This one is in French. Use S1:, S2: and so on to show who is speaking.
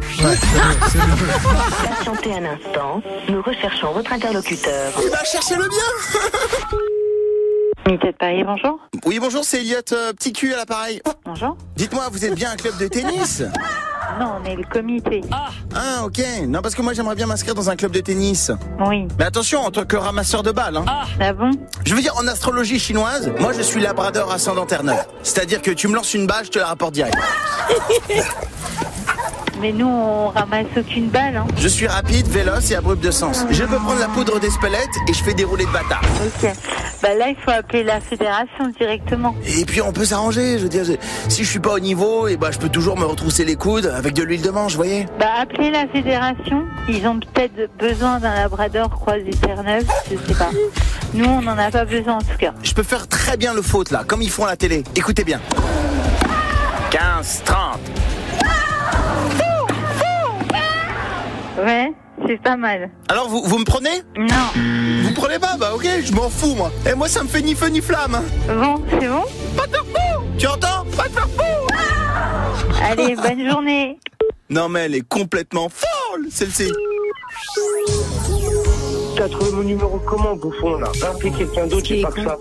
S1: Énergie.
S2: Patientez un instant, nous recherchons votre interlocuteur.
S1: Il va chercher le bien
S3: Unité de Paris, bonjour.
S1: Oui, bonjour, c'est Elliot euh, Petit Cul à l'appareil.
S3: Bonjour.
S1: Dites-moi, vous êtes bien un club de tennis
S3: Non, on est le comité.
S1: Ah, ok. Non, parce que moi, j'aimerais bien m'inscrire dans un club de tennis.
S3: Oui.
S1: Mais attention, en tant que ramasseur de balles, hein.
S3: Ah bon
S1: Je veux dire, en astrologie chinoise, moi, je suis labrador ascendant terre-neuve. C'est-à-dire que tu me lances une balle, je te la rapporte direct.
S3: Mais nous, on ramasse aucune balle. Hein.
S1: Je suis rapide, véloce et abrupt de sens. Je peux prendre la poudre d'Espelette et je fais des roulés de bâtard.
S3: Ok. Bah là, il faut appeler la fédération directement.
S1: Et puis on peut s'arranger, je veux dire, je- si je suis pas au niveau, et bah je peux toujours me retrousser les coudes avec de l'huile de manche, vous voyez
S3: Bah appelez la fédération. Ils ont peut-être besoin d'un labrador croisé Terre-Neuve, je sais pas. Nous, on n'en a pas besoin en tout cas.
S1: Je peux faire très bien le faute là, comme ils font à la télé. Écoutez bien. 15, 30.
S3: Ouais, c'est pas mal.
S1: Alors vous, vous me prenez
S3: Non.
S1: Vous me prenez pas Bah ok, je m'en fous moi. Et moi ça me fait ni feu ni flamme. hein.
S3: Bon, c'est bon
S1: Pas de faire fou Tu entends Pas de faire fou
S3: Allez, bonne journée.
S1: Non mais elle est complètement folle celle-ci.
S4: T'as trouvé mon numéro comment, bouffon, là Rappelez quelqu'un d'autre, j'ai pas que ça.